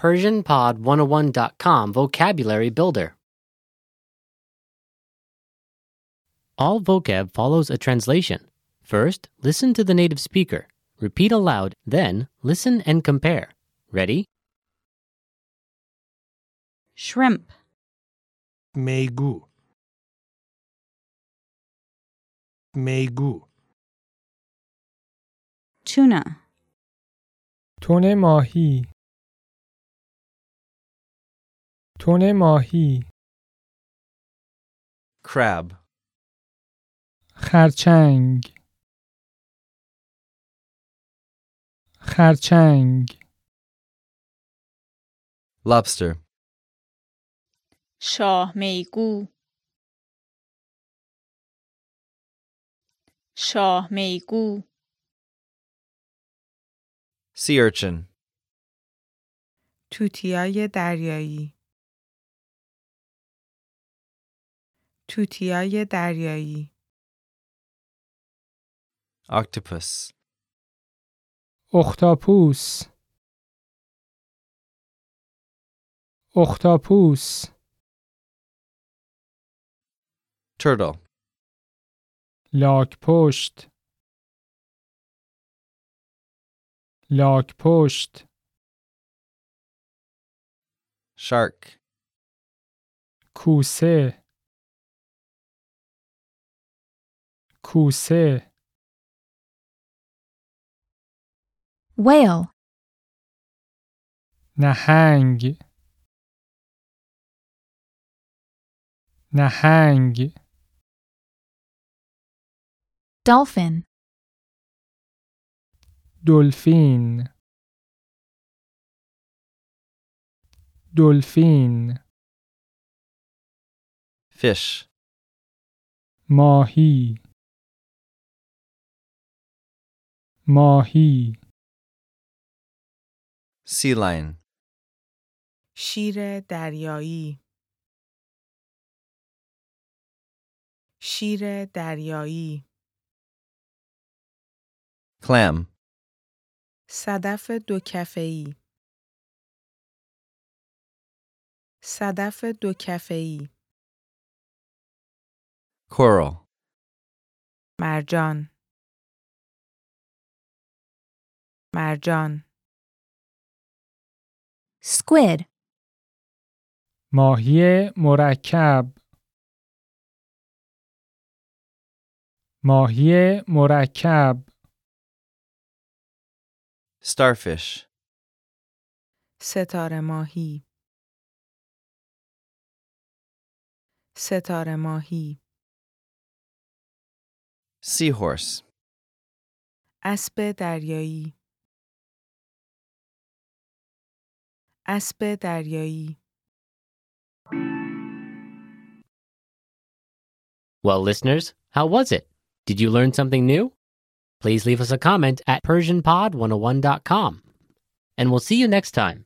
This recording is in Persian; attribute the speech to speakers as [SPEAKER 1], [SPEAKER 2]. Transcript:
[SPEAKER 1] PersianPod101.com Vocabulary Builder. All vocab follows a translation. First, listen to the native speaker. Repeat aloud, then, listen and compare. Ready?
[SPEAKER 2] shrimp,
[SPEAKER 3] میگو میگو
[SPEAKER 2] tuna,
[SPEAKER 4] تن ماهی تن ماهی
[SPEAKER 3] crab
[SPEAKER 4] خرچنگ خرچنگ
[SPEAKER 3] lobster
[SPEAKER 5] شاه میگو شاه میگو
[SPEAKER 3] sea urchin
[SPEAKER 6] توتیای دریایی توتیای دریایی
[SPEAKER 3] octopus
[SPEAKER 4] اختاپوس اختاپوس
[SPEAKER 3] turtle
[SPEAKER 4] لاک پشت لاک پشت
[SPEAKER 3] shark
[SPEAKER 4] کوسه کوسه
[SPEAKER 7] Whale,
[SPEAKER 4] نهنگ نهنگ
[SPEAKER 7] dolphin,
[SPEAKER 4] دلفین دلفین
[SPEAKER 3] fish
[SPEAKER 4] ماهی ماهی
[SPEAKER 3] sea lion
[SPEAKER 6] شیر دریایی شیر دریایی
[SPEAKER 3] clam
[SPEAKER 6] صدف دو کفه‌ای صدف دو کفه‌ای
[SPEAKER 3] coral
[SPEAKER 6] مرجان مرجان
[SPEAKER 7] squid,
[SPEAKER 4] ماهی مرکب ماهی مرکب
[SPEAKER 3] starfish
[SPEAKER 6] ستاره ماهی ستاره ماهی
[SPEAKER 3] seahorse
[SPEAKER 6] اسب دریایی اسب دریایی
[SPEAKER 1] Well, listeners, how was it? Did you learn something new? oh Please leave us a comment at PersianPod101.com. And we'll see you next time.